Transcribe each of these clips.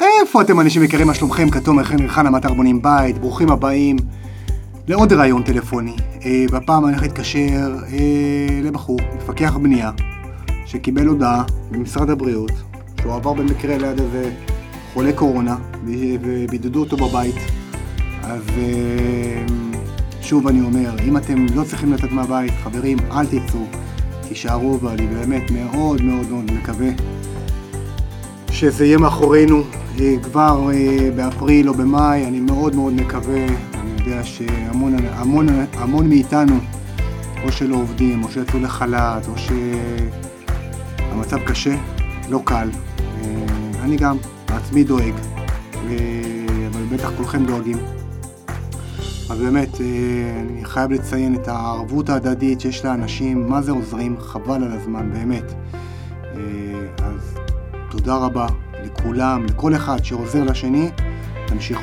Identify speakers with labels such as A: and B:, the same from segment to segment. A: איפה אתם אנשים יקרים, מה שלומכם? כתום יחן ירחן המטר בונים בית, ברוכים הבאים לעוד ראיון טלפוני. אה, והפעם אני הולך להתקשר אה, לבחור, מפקח בנייה, שקיבל הודעה ממשרד הבריאות, שהוא עבר במקרה ליד איזה חולה קורונה, ו- ובידדו אותו בבית. אז אה, שוב אני אומר, אם אתם לא צריכים לצאת מהבית, חברים, אל תצאו, תישארו, ואני באמת מאוד מאוד מאוד מקווה שזה יהיה מאחורינו אה, כבר אה, באפריל או במאי, אני מאוד מאוד מקווה, אני יודע שהמון המון, המון מאיתנו או שלא עובדים, או שיצאו לחל"ת, או שהמצב קשה, לא קל. אה, אני גם בעצמי דואג, אה, אבל בטח כולכם דואגים. אז באמת, אה, אני חייב לציין את הערבות ההדדית שיש לאנשים, מה זה עוזרים, חבל על הזמן, באמת. אה, אז תודה רבה לכולם, לכל אחד שעוזר לשני, תמשיכו.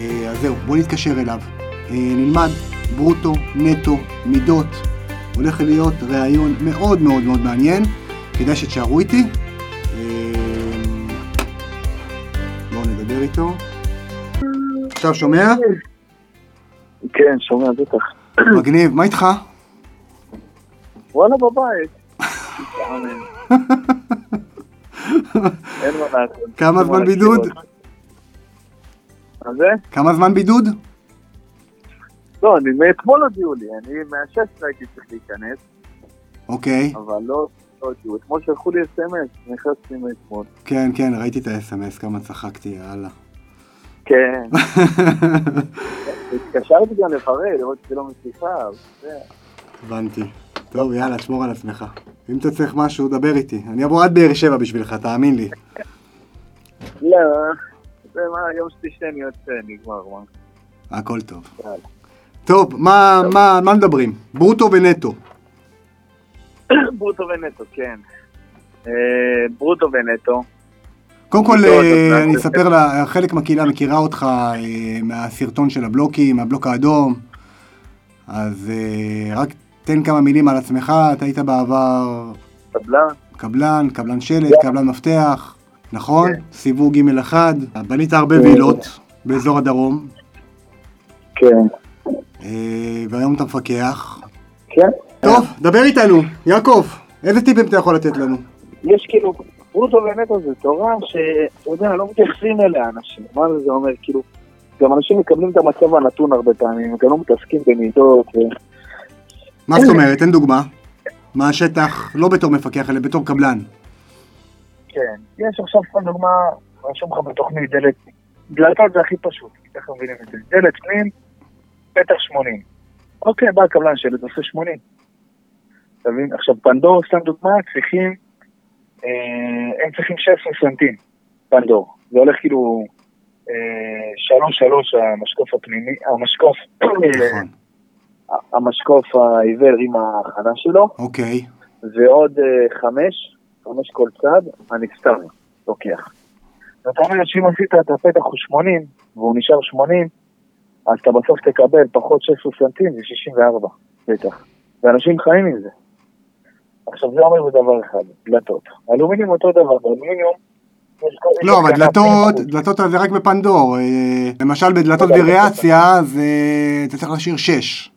A: אה, אז זהו, בואו נתקשר אליו. אה, נלמד ברוטו, נטו, מידות. הולך להיות ראיון מאוד מאוד מאוד מעניין, כדאי שתשארו איתי. אה, בואו נדבר איתו. עכשיו שומע?
B: כן, שומע, בטח.
A: מגניב, מה איתך?
B: וואלה, בבית. מתאמן. אין מה לעשות.
A: כמה זמן בידוד?
B: מה זה?
A: כמה זמן בידוד?
B: לא, אני מאתמול הודיעו לי, אני מה-16 הייתי צריך להיכנס,
A: אוקיי,
B: אבל לא לא הודיעו. אתמול שלחו לי אס.אם.אס, נכנסתי מאתמול.
A: כן, כן, ראיתי את ה-SMS, כמה צחקתי, יאללה.
B: כן, התקשרתי גם לברר, לראות שזה לא מצליחה, וזה.
A: הבנתי. טוב, יאללה, תשמור על עצמך. אם אתה צריך משהו, דבר איתי. אני אבוא עד באר שבע בשבילך, תאמין לי.
B: לא, זה מה, יום שלי שני יוצא, נגמר, מה.
A: הכל טוב.
B: יאללה.
A: טוב, מה, מה, מה מדברים? ברוטו ונטו.
B: ברוטו ונטו, כן. אה, ברוטו ונטו.
A: קודם כל,
B: טוב,
A: אה,
B: אז-
A: אני אספר, לה- חלק מהקהילה מכירה אותך אה, מהסרטון של הבלוקים, הבלוק האדום, אז אה, רק תן כמה מילים על עצמך, אתה היית בעבר
B: קבלן?
A: קבלן, קבלן שלט, קבלן מפתח, נכון? סיווג ג'1, בנית הרבה
B: כן.
A: וילות באזור הדרום,
B: כן.
A: אה, והיום אתה מפקח.
B: כן?
A: טוב, דבר איתנו, יעקב, איזה טיפים אתה יכול לתת לנו?
B: יש כאילו, ברוטו ונטו זה תורה שאתה יודע, לא מתייחסים אליה אנשים, מה זה אומר? כאילו, גם אנשים מקבלים את המצב הנתון הרבה פעמים, הם גם לא מתעסקים במידות, ו...
A: מה זאת אומרת? תן דוגמה. מהשטח, לא בתור מפקח, אלא בתור קבלן.
B: כן. יש עכשיו, סתם דוגמה, רשום לך בתוכנית דלת, דלתות זה הכי פשוט, כי ככה מבינים את זה, דלת פנים, פתח 80. אוקיי, בא הקבלן שלט, עושה 80. אתה מבין? עכשיו, פנדור, סתם דוגמה, צריכים, אה, הם צריכים 16 סנטים, פנדור. זה הולך כאילו... אה, שלוש שלוש המשקוף הפנימי, המשקוף, כן. אה,
A: נכון.
B: המשקוף העיוור עם ההכנה שלו,
A: אוקיי,
B: ועוד אה, חמש, חמש כל צד, הנסתר לוקח. זאת אומרת שאם עשית את הפתח הוא 80, והוא נשאר 80, אז אתה בסוף תקבל פחות 16 סנטים, זה 64, בטח. ואנשים חיים עם זה. עכשיו זה אומר בדבר אחד, דלתות. אלומיניום אותו דבר, באלומיניום... יש כל- יש
A: לא, אבל
B: התקנה
A: דלתות,
B: פנימה.
A: דלתות זה רק בפנדור. אה, למשל בדלתות וריאציה, אז אה, אתה צריך להשאיר 6.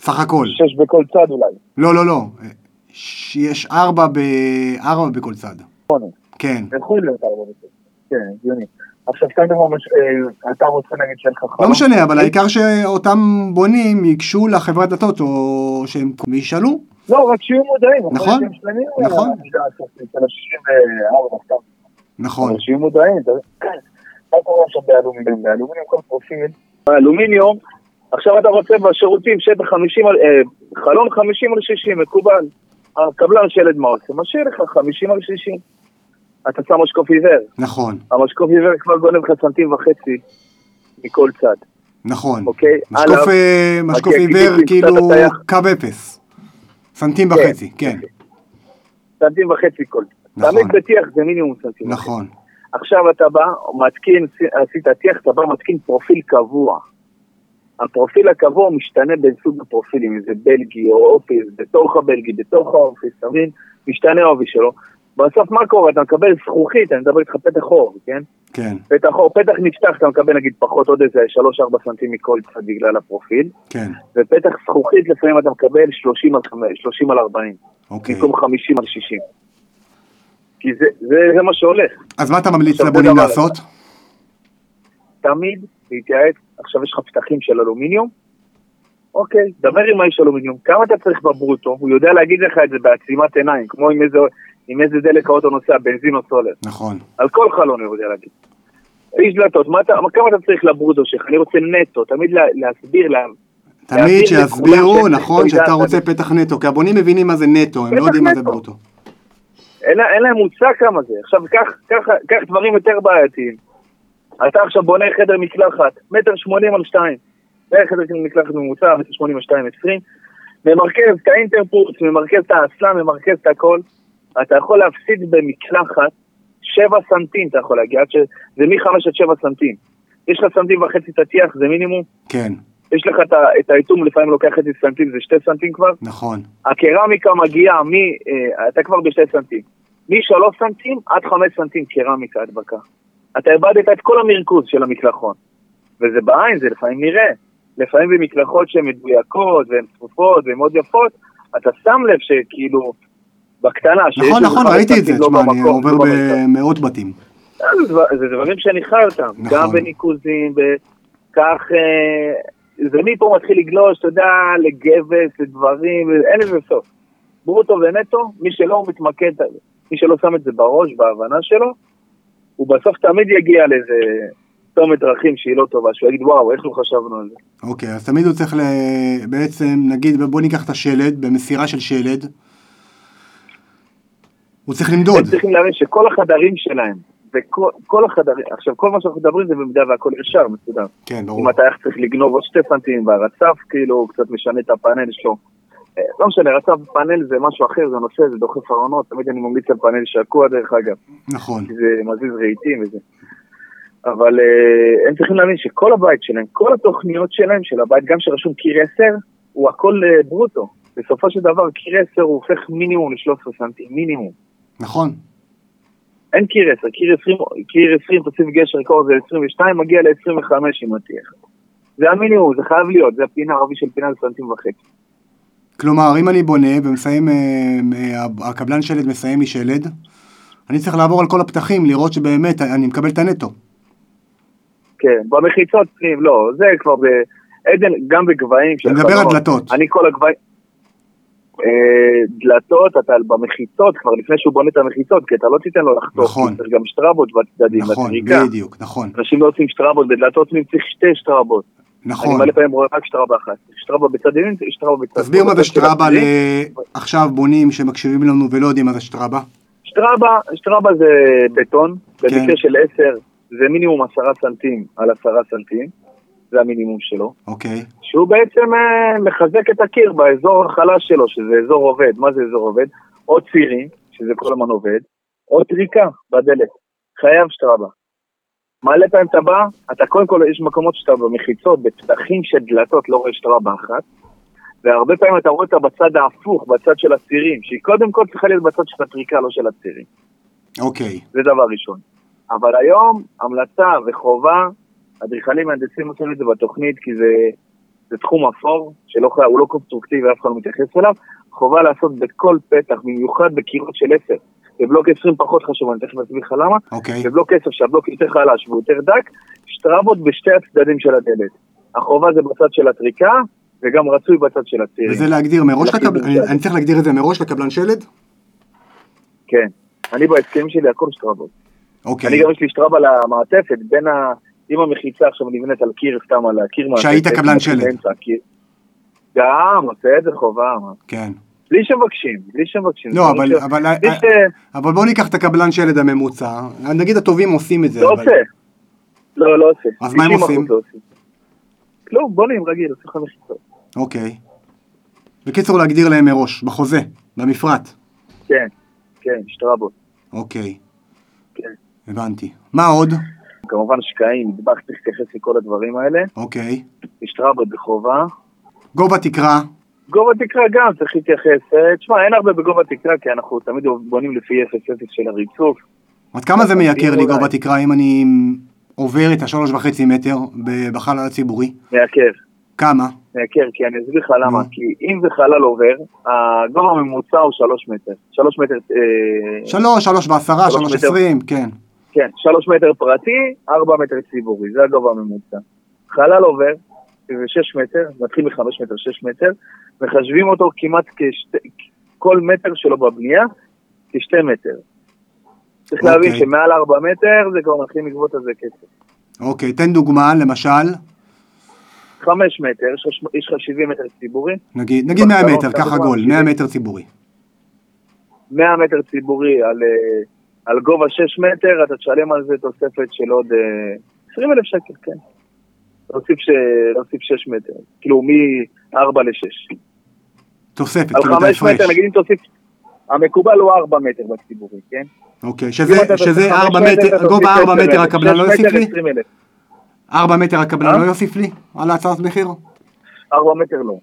A: סך הכל.
B: שש בכל צד אולי.
A: לא, לא, לא. אה, ש- יש 4 בכל צד.
B: נכון.
A: כן.
B: זה יכול להיות ארבע וחצי. כן, הגיוני. עכשיו, סתם דוגמא, מש- אה, אתה רוצה נגיד שאין לך חלום?
A: לא משנה, אבל העיקר שאותם בונים ייגשו לחברת דלתות, או שהם וישאלו.
B: לא, רק שיהיו מודעים. יכול להיות
A: נכון,
B: שהם שלמים, אה,
A: נכון.
B: אני יודע, של ה-64, סתם.
A: נכון.
B: אבל שיהיו מודעים. אתה- כן. מה קורה עכשיו באלומיניום? באלומיניום כל פרופיל. באלומיניום, עכשיו אתה רוצה בשירותים שטח 50 על... אה, חלון 50 על 60, מקובל. הקבלן שלד מה עושה? משאיר לך 50 על 60. אתה שם משקוף עיוור.
A: נכון,
B: המשקוף עיוור כבר גונב לך סנטים וחצי מכל צד.
A: נכון.
B: אוקיי,
A: משקוף, אה, משקוף
B: אוקיי,
A: עיוור
B: קיבלתי
A: כאילו
B: קצת הטיה.
A: קו אפס. סנטים
B: כן.
A: וחצי, כן,
B: סנטים וחצי כל.
A: נכון.
B: נכון. בטיח זה מינימום סנטים.
A: נכון.
B: עכשיו אתה בא, מתקין, עשית טיח, אתה בא, מתקין פרופיל קבוע. הפרופיל הקבוע משתנה בין סוג הפרופילים, אם זה בלגי או אופיס, בתוך הבלגי, בתוך האופיס, אתה מבין? משתנה העובי שלו. בסוף מה קורה? אתה מקבל זכוכית, אני מדבר איתך פתח אור, כן?
A: כן,
B: פתח אור, פתח נפתח, אתה מקבל נגיד פחות עוד איזה 3-4 סנטים מכל צד בגלל הפרופיל,
A: כן,
B: ופתח זכוכית לפעמים אתה מקבל 30 על, 5, 30 על 40,
A: אוקיי.
B: במקום 50 על 60. כי זה, זה, זה מה שהולך.
A: אז מה אתה ממליץ
B: עכשיו,
A: לבונים
B: עוד דבר.
A: לעשות?
B: תמיד להתייעץ, עכשיו יש לך פתחים של אלומיניום, אוקיי, דבר עם האיש אלומיניום, כמה אתה צריך בברוטו, הוא יודע להגיד לך את זה בעצימת עיניים, כמו עם איזה, עם איזה דלק האוטו נוסע, בנזין או סולר,
A: נכון,
B: על כל חלון הוא יודע להגיד. איש דלתות, מה אתה, כמה אתה צריך לברוטו שלך, אני רוצה נטו, תמיד לה, להסביר, לה,
A: תמיד
B: לכולם
A: שיסבירו,
B: שיש
A: נכון,
B: מידע
A: שאתה
B: על
A: רוצה פתח נטו, כי הבונים מבינים מה זה נטו, הם לא
B: פתח
A: יודעים מה זה
B: נטו.
A: ברוטו.
B: אין, לה- אין להם מושג כמה זה. עכשיו, קח, קח, קח דברים יותר בעייתיים. אתה עכשיו בונה חדר מקלחת, מטר שמונים על שתיים. זה חדר מקלחת ממוצע, מטר שמונים על שתיים עשרים. ממרכז את האינטרפורט, ממרכז את האסלה, ממרכז את הכל. אתה יכול להפסיד במקלחת שבע סנטים, אתה יכול להגיע, עד ש... זה מחמש עד שבע סנטים. יש לך סנטים וחצי תטיח, זה מינימום.
A: כן,
B: יש לך את ה- את האיתום, לפעמים לוקח חצי סנטים, זה שתי סנטים כבר.
A: נכון,
B: הקרמיקה מגיעה מ... אה, אתה כבר בשתי סנטים. משלוש סנטים עד חמש סנטים קרמיקה הדבקה. אתה איבדת את כל המרכוז של המקלחון. וזה בעין, זה לפעמים נראה. לפעמים במקלחות שהן מדויקות, והן צפופות, והן מאוד יפות, אתה שם לב שכאילו, בקטנה, שיש
A: נכון,
B: איזה
A: נכון,
B: חמש
A: ראיתי את זה,
B: סנטים לא
A: תשמע, אני
B: במקום,
A: עובר
B: לא במרכז.
A: במאות בתים.
B: זה דבר- זה דברים שניחרתם,
A: נכון.
B: גם בניקוזים, בכך... אה, זה מפה מתחיל לגלוש, אתה יודע, לגבס, לדברים, אין לזה סוף. ברוטו ונטו, מי שלא מתמקד, מי שלא שם את זה בראש, בהבנה שלו, הוא בסוף תמיד יגיע לאיזה צומת דרכים שהיא לא טובה, שהוא יגיד, וואו, איך לא חשבנו על זה.
A: אוקיי, אז תמיד הוא צריך ל... בעצם, נגיד, בוא ניקח את השלד, במסירה של שלד, הוא צריך למדוד.
B: הם צריכים להבין שכל החדרים שלהם, וכל כל החדרים, עכשיו, כל מה שאנחנו מדברים זה במידה והכל ישר, מסודר.
A: כן, ברור.
B: אם אתה איך צריך לגנוב עוד שתי סנטים והרצף, כאילו, הוא קצת משנה את הפאנל שלו. אה, לא משנה, רצף פאנל זה משהו אחר, זה נושא, זה דוחף ארונות, תמיד אני ממליץ על פאנל שקוע דרך אגב,
A: נכון,
B: כי זה מזיז רהיטים וזה. אבל אה, הם צריכים להבין שכל הבית שלהם, כל התוכניות שלהם, של הבית, גם שרשום קיר 10, הוא הכל אה, ברוטו. בסופו של דבר קיר 10 הוא הופך מינימום ל-13 סנטים, מינימום.
A: נכון,
B: אין קיר 10, קיר 20, קיר 20 תוסיף גשר קור זה 22, מגיע ל-25 אם תהיה. זה המינימום, זה חייב להיות, זה הפינה הערבי של פינה לסנטים וחצי.
A: כלומר, אם אני בונה ומסיים, אה, אה, הקבלן שלד מסיים לי שלד, אני צריך לעבור על כל הפתחים, לראות שבאמת אני מקבל את הנטו.
B: כן, במחיצות פנים, לא, זה כבר ב... עדן, גם בגבהים של
A: אני מדבר על
B: חלונות.
A: דלתות.
B: אני כל הגבהים... אה, דלתות, אתה במחיצות, כבר לפני שהוא בונה את המחיצות, כי אתה לא תיתן לו לחתוך.
A: נכון.
B: כי צריך גם שטרבות בצדדים,
A: נכון,
B: בטריקה.
A: בדיוק, נכון,
B: אנשים לא עושים שטרבות, בדלתות פנים צריך שתי שטרבות. אני
A: נכון.
B: מלא פעמים רואה רק שטרבה אחת. שטרבה בצד ימין, שטרבה בצד...
A: תסביר מה
B: שמאל.
A: זה שטראבה
B: בצד השני-
A: לעכשיו בונים שמקשיבים לנו ולא יודעים מה זה שטראבה.
B: שטראבה, שטראבה זה בטון,
A: כן.
B: במקרה של 10 זה מינימום 10 סנטים על 10 סנטים, זה המינימום שלו,
A: אוקיי,
B: שהוא בעצם אה, מחזק את הקיר באזור החלש שלו, שזה אזור עובד, מה זה אזור עובד? או צירים, שזה כל הזמן עובד, או טריקה בדלת, חייב שטראבה. מלא פעמים אתה בא, אתה קודם כל, יש מקומות שאתה במחיצות, בפתחים של דלתות, לא רואה שטראבה אחת, והרבה פעמים אתה רואה אותה בצד ההפוך, בצד של הצירים, שהיא קודם כל צריכה להיות בצד של הטריקה, לא של הצירים.
A: אוקיי,
B: זה דבר ראשון. אבל היום, המלצה וחובה, אדריכלים מהנדסים עושים את זה בתוכנית, כי זה, זה תחום אפור, שהוא לא קונסטרוקטיבי, אף אחד לא מתייחס אליו, חובה לעשות בכל פתח, במיוחד בקירות של 10. בבלוק 20 פחות חשוב, אני תכף אסביר לך למה.
A: אוקיי,
B: בבלוק 10, שהבלוק יותר חלש ויותר דק, שטרבות בשתי הצדדים של הדלת. החובה זה בצד של הטריקה, וגם רצוי בצד של הצעירים.
A: וזה להגדיר מראש
B: להכין
A: לקבלן,
B: את זה.
A: אני- אני צריך להגדיר את זה מראש לקבלן שלד?
B: כן. אני בהסכמים שלי הכל שטרבות. אני
A: אוקיי,
B: גם יש לי שטראב על המעטפת, בין ה... אם המחיצה עכשיו נבנית על קיר, סתם על הקיר מעטפת.
A: שהיית קבלן
B: באמצע
A: שלד.
B: הקיר. גם, עושה את זה חובה. מה.
A: כן.
B: בלי שמבקשים, בלי שמבקשים.
A: לא, אבל-
B: בלי ש-
A: אבל
B: בלי ש-
A: אבל בואו ניקח את הקבלן שלד הממוצע, נגיד הטובים עושים את זה,
B: לא
A: אבל-
B: עושה. לא, לא עושה.
A: אה, אז מה הם
B: 90%
A: עושים?
B: לא עושים. כלום, בונים רגיל, עושים לך מחיצות.
A: אוקיי. בקיצור, להגדיר להם מראש, בחוזה, במפרט.
B: כן, כן, שטראבות.
A: אוקיי.
B: כן.
A: הבנתי. מה עוד?
B: כמובן שקעים, מטבח, צריך להתייחס לכל הדברים האלה.
A: אוקיי.
B: שטראבות בחובה.
A: גובה תקרה,
B: גובה תקרה גם צריך להתייחס. אה, תשמע, אין הרבה בגובה תקרה, כי אנחנו תמיד בונים לפי 0-0 של הריצוף.
A: עד כמה זה מייקר לי
B: אולי.
A: גובה תקרה אם אני עובר את השלוש וחצי מטר ב- בחלל הציבורי?
B: מעכב,
A: כמה?
B: מעכב, כי אני אסביר לך למה.
A: נו.
B: כי אם זה חלל עובר, הגובה הממוצע הוא 3 מטר. 3 מטר... אה,
A: שלוש, שלוש בעשרה,
B: שלוש
A: שלוש
B: מטר.
A: עשרים, כן.
B: כן, שלוש מטר פרטי, ארבע מטר ציבורי, זה הגובה הממוצע. חלל עובר, זה שש מטר, מתחיל מחמש מטר, שש מטר, מחשבים אותו כמעט כשתי, כל מטר שלו בבנייה, כשתי מטר. צריך
A: אוקיי.
B: להבין שמעל ארבע מטר זה כבר מתחיל לגבות על זה כסף.
A: אוקיי, תן דוגמה, למשל,
B: חמש מטר, יש לך ש- יש לך שבעים מטר ציבורי,
A: נגיד נגיד 100
B: בקטנות,
A: מטר,
B: אתה
A: ככה
B: דוגמה,
A: גול,
B: שבעים.
A: 100 מטר ציבורי.
B: 100 מטר ציבורי על, אה, על גובה 6 מטר, אתה תשלם על זה תוספת של עוד 20 אלף שקל, כן. להוסיף, ש... להוסיף 6 מטר, כאילו מ-4 ל-6.
A: תוספת,
B: על
A: כאילו את
B: 5 מטר,
A: ההפרש.
B: נגיד אם תוסיף, המקובל הוא 4 מטר בציבורי, כן?
A: אוקיי,
B: אם אתה
A: שזה-
B: תוסיף
A: שזה
B: חמש
A: 4
B: מטר, אתה
A: מטר,
B: תוסיף
A: גובה 4
B: עשר
A: מטר הקבלן
B: שש
A: לא יוסיף
B: מטר,
A: לי?
B: 20,000.
A: 4 מטר הקבלן
B: אה?
A: לא יוסיף לי על ההצעת מחיר?
B: 4 מטר לא.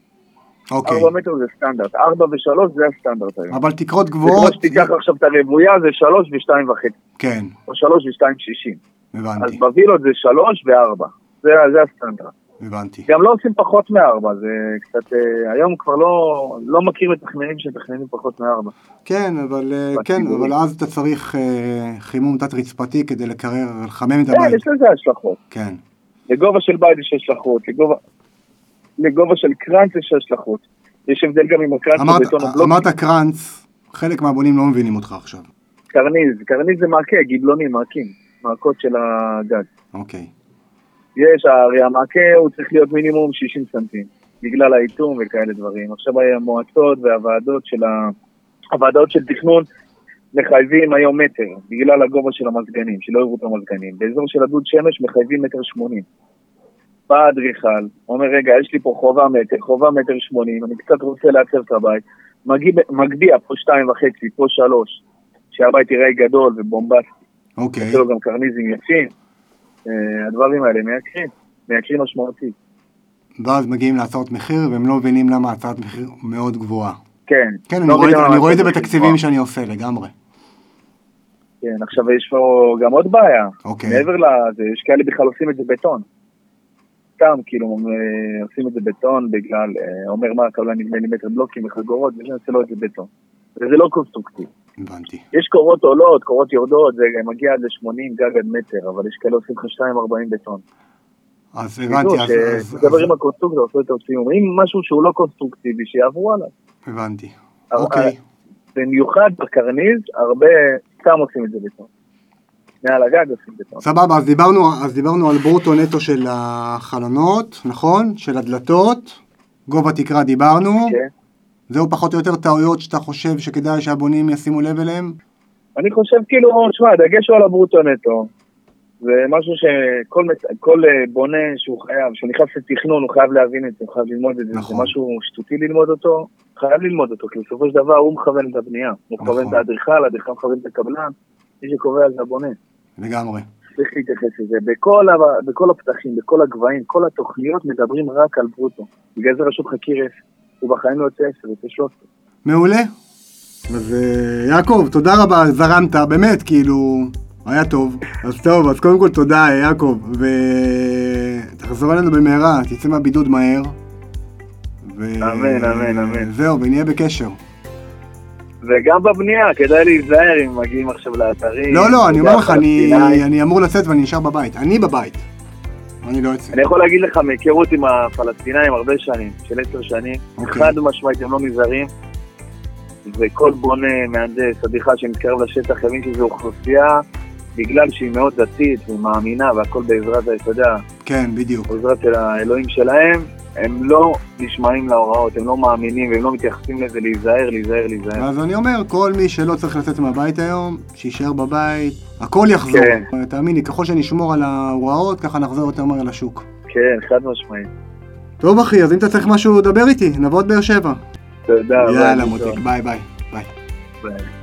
A: אוקיי,
B: 4 מטר זה סטנדרט, 4 ו-3 זה הסטנדרט היום.
A: אבל תקרות
B: זה כמו
A: גבוהות,
B: שתיקח עכשיו את הרוויה זה 3 ו-2.5,
A: כן,
B: או 3 ו-2.60. אז
A: הבנתי,
B: בווילות זה 3 ו-4. זה זה הסטנדרט.
A: הבנתי.
B: גם לא עושים פחות מארבע, זה קצת... אה, היום כבר לא, לא מכיר מתכננים שמתכננים פחות מארבע.
A: כן, אבל אה, כן,
B: בציבורי.
A: אבל אז אתה צריך אה, חימום תת-רצפתי כדי לקרר, לחמם את
B: כן,
A: הבית.
B: יש לזה השלכות.
A: כן,
B: לגובה של בית יש השלכות, לגובה, לגובה של קראנץ יש השלכות. יש הבדל גם אם הקראנץ הוא
A: אמרת-
B: בטון או בלוק.
A: אמרת קרנץ, חלק מהבונים לא מבינים אותך עכשיו.
B: קרניז, קרניז זה מעקה, גיבלונים, מעקים, מעקות של הגג.
A: אוקיי,
B: יש, הרי המעקה הוא צריך להיות מינימום 60 סנטים, בגלל האיטום וכאלה דברים. עכשיו המועצות והוועדות של, ה... הוועדות של תכנון מחייבים היום מטר, בגלל הגובה של המזגנים, שלא יראו את המזגנים. באזור של הדוד שמש מחייבים מטר שמונים. בא האדריכל, אומר, רגע, יש לי פה חובה מטר, חובה מטר שמונים, אני קצת רוצה לעצב את הבית, מגיב- מגביה פה שתיים וחצי, פה שלוש, שהבית ייראה גדול ובומבסטי.
A: אוקיי,
B: יש לו גם קרניזים יפים. אה, הדברים האלה מייקרים, מייקרים משמעותית.
A: ואז מגיעים להצעות מחיר והם לא מבינים למה הצעת מחיר מאוד גבוהה.
B: כן.
A: כן, אני
B: לא
A: רואה את זה-
B: בגלל
A: אני רואה את זה
B: המצב
A: בתקציבים
B: של
A: שאני עושה לגמרי.
B: גבוה. כן, עכשיו יש פה גם עוד בעיה.
A: אוקיי.
B: מעבר לזה, יש כאלה בכלל עושים את זה בטון. סתם, כאילו, אה, עושים את זה בטון בגלל, אה, אומר מה, הקבלן נדמה לי מטר בלוקים וחגורות, וזה עושה לו את זה בטון. וזה לא קונסטרוקטיבי.
A: הבנתי.
B: יש קורות עולות, קורות יורדות, זה מגיע עד ל-80 גג עד מטר, אבל יש כאלה עושים לך 2.40 בטון.
A: אז
B: תדעו
A: הבנתי, אז... אז-
B: שמדבר עם הקונסטרוקטור, עשו יותר סיום. אם משהו שהוא לא קונסטרוקטיבי, שיעברו עליו.
A: אז- הבנתי.
B: אבל-
A: אוקיי,
B: במיוחד בקרניז, הרבה סתם עושים את זה בטון. מעל הגג עושים בטון.
A: סבבה, אז דיברנו, אז דיברנו על ברוטו נטו של החלונות, נכון? של הדלתות, גובה תקרה דיברנו,
B: כן.
A: זהו פחות או יותר טעויות שאתה חושב שכדאי שהבונים ישימו לב אליהם?
B: אני חושב כאילו, שמע, הדגש הוא על הברוטו נטו. זה משהו שכל מס- כל, אה, בונה שהוא חייב, שהוא נכנס לתכנון, הוא חייב להבין את זה, הוא חייב ללמוד את זה.
A: נכון.
B: זה משהו שטותי ללמוד אותו, חייב ללמוד אותו, כי בסופו של דבר הוא מכוון את הבנייה. הוא מכוון את
A: נכון.
B: האדריכל, האדריכל מכוון את הקבלן, מי שקובע זה הבונה.
A: לגמרי.
B: צריך להתייחס לזה. בכל, ה- בכל הפתחים, בכל הגבהים, כל התוכניות מדברים רק על ברוטו. בגלל זה רשות חכיר אפס. הוא בחיים לא יוצא אפס, הוא יוצא 13.
A: מעולה. אז אה, יעקב, תודה רבה, זרמת, באמת, כאילו, היה טוב. אז טוב, אז קודם כל תודה, אה, יעקב, ותחזור אלינו במהרה, תצא מהבידוד מהר. ו...
B: אמן, אמן, אמן.
A: זהו, ונהיה בקשר.
B: וגם בבנייה, כדאי להיזהר אם מגיעים עכשיו לאתרים.
A: לא, לא, אני אומר לך, אני,
B: הפלסטינאים.
A: אני אמור לצאת ואני נשאר בבית. אני בבית. אני לא אצא.
B: אני יכול להגיד לך מהיכרות עם הפלסטינאים הרבה שנים, של עשר שנים,
A: אוקיי.
B: חד משמעית הם לא נזהרים, וכל בונה, מהנדס, אדריכל שמתקרב לשטח הבין שזו אוכלוסייה, בגלל שהיא מאוד דתית ומאמינה והכל בעזרת, ה- אתה יודע,
A: כן, בדיוק.
B: בעזרת של האלוהים שלהם, הם לא נשמעים להוראות, הם לא מאמינים והם לא מתייחסים לזה להיזהר, להיזהר, להיזהר.
A: אז אני אומר, כל מי שלא צריך לצאת מהבית היום, שיישאר בבית, הכל יחזור.
B: כן.
A: תאמין לי, ככל שנשמור על ההוראות, ככה נחזור יותר מהר לשוק.
B: כן, חד משמעית.
A: טוב אחי, אז אם אתה צריך משהו, דבר איתי, נבוא עוד באר שבע.
B: תודה.
A: יאללה
B: ביי,
A: מותק,
B: ביטון.
A: ביי ביי. ביי.
B: ביי.